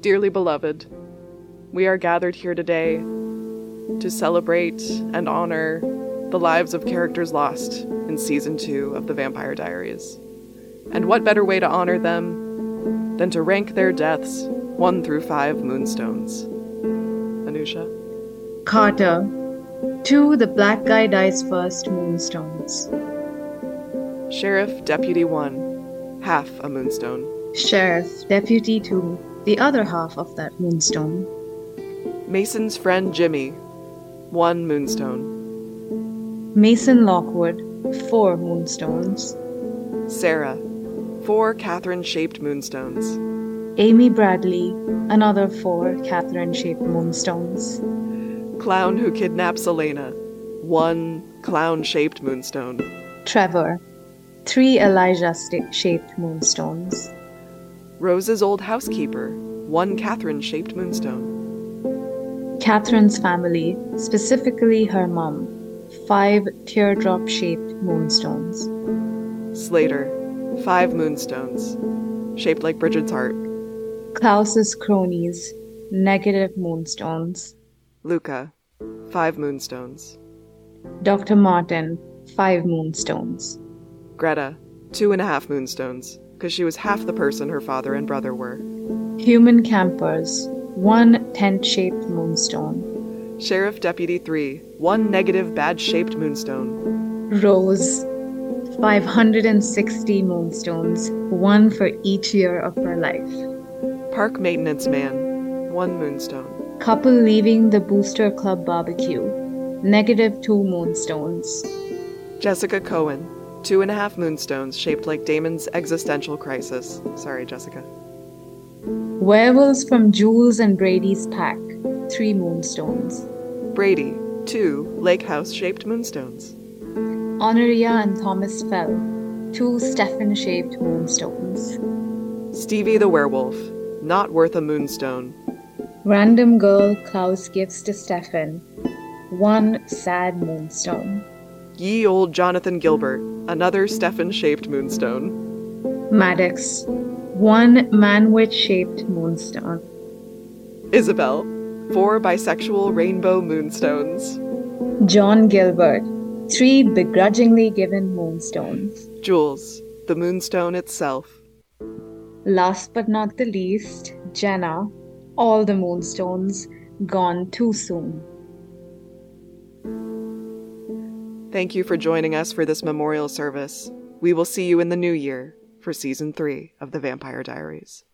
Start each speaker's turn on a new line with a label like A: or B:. A: Dearly beloved, we are gathered here today to celebrate and honor the lives of characters lost in season two of The Vampire Diaries. And what better way to honor them than to rank their deaths one through five moonstones? Anusha?
B: Carter. Two, the black guy dies first, moonstones.
A: Sheriff Deputy One, half a moonstone.
B: Sheriff, deputy two, the other half of that moonstone.
A: Mason's friend Jimmy, one moonstone.
B: Mason Lockwood, four moonstones.
A: Sarah, four Catherine shaped moonstones.
B: Amy Bradley, another four Catherine shaped moonstones.
A: Clown who kidnaps Elena. One clown shaped moonstone.
B: Trevor, three Elijah sta- shaped moonstones.
A: Rose's old housekeeper. One Catherine shaped moonstone.
B: Catherine's family, specifically her mum, five teardrop shaped moonstones.
A: Slater. Five moonstones. Shaped like Bridget's heart.
B: Klaus's cronies, negative moonstones.
A: Luca. Five moonstones.
B: Dr. Martin, five moonstones.
A: Greta. Two and a half moonstones, because she was half the person her father and brother were.
B: Human campers, one tent shaped moonstone.
A: Sheriff Deputy 3. One negative bad shaped moonstone.
B: Rose, 560 moonstones, one for each year of her life.
A: Park maintenance man. One moonstone.
B: Couple leaving the Booster Club barbecue, negative two moonstones.
A: Jessica Cohen. Two and a half moonstones shaped like Damon's existential crisis. Sorry, Jessica.
B: Werewolves from Jules and Brady's pack, three moonstones.
A: Brady. Two lake house shaped moonstones.
B: Honoria and Thomas Fell, two Stefan shaped moonstones.
A: Stevie the werewolf. Not worth a moonstone.
B: Random girl Klaus gives to Stefan, one sad moonstone.
A: Ye old Jonathan Gilbert. Another Stefan shaped moonstone.
B: Maddox, one man witch shaped moonstone.
A: Isabel. Four bisexual rainbow moonstones.
B: John Gilbert, three begrudgingly given moonstones.
A: Jules, the moonstone itself.
B: Last but not the least, Jenna, all the moonstones gone too soon.
A: Thank you for joining us for this memorial service. We will see you in the new year for season three of The Vampire Diaries.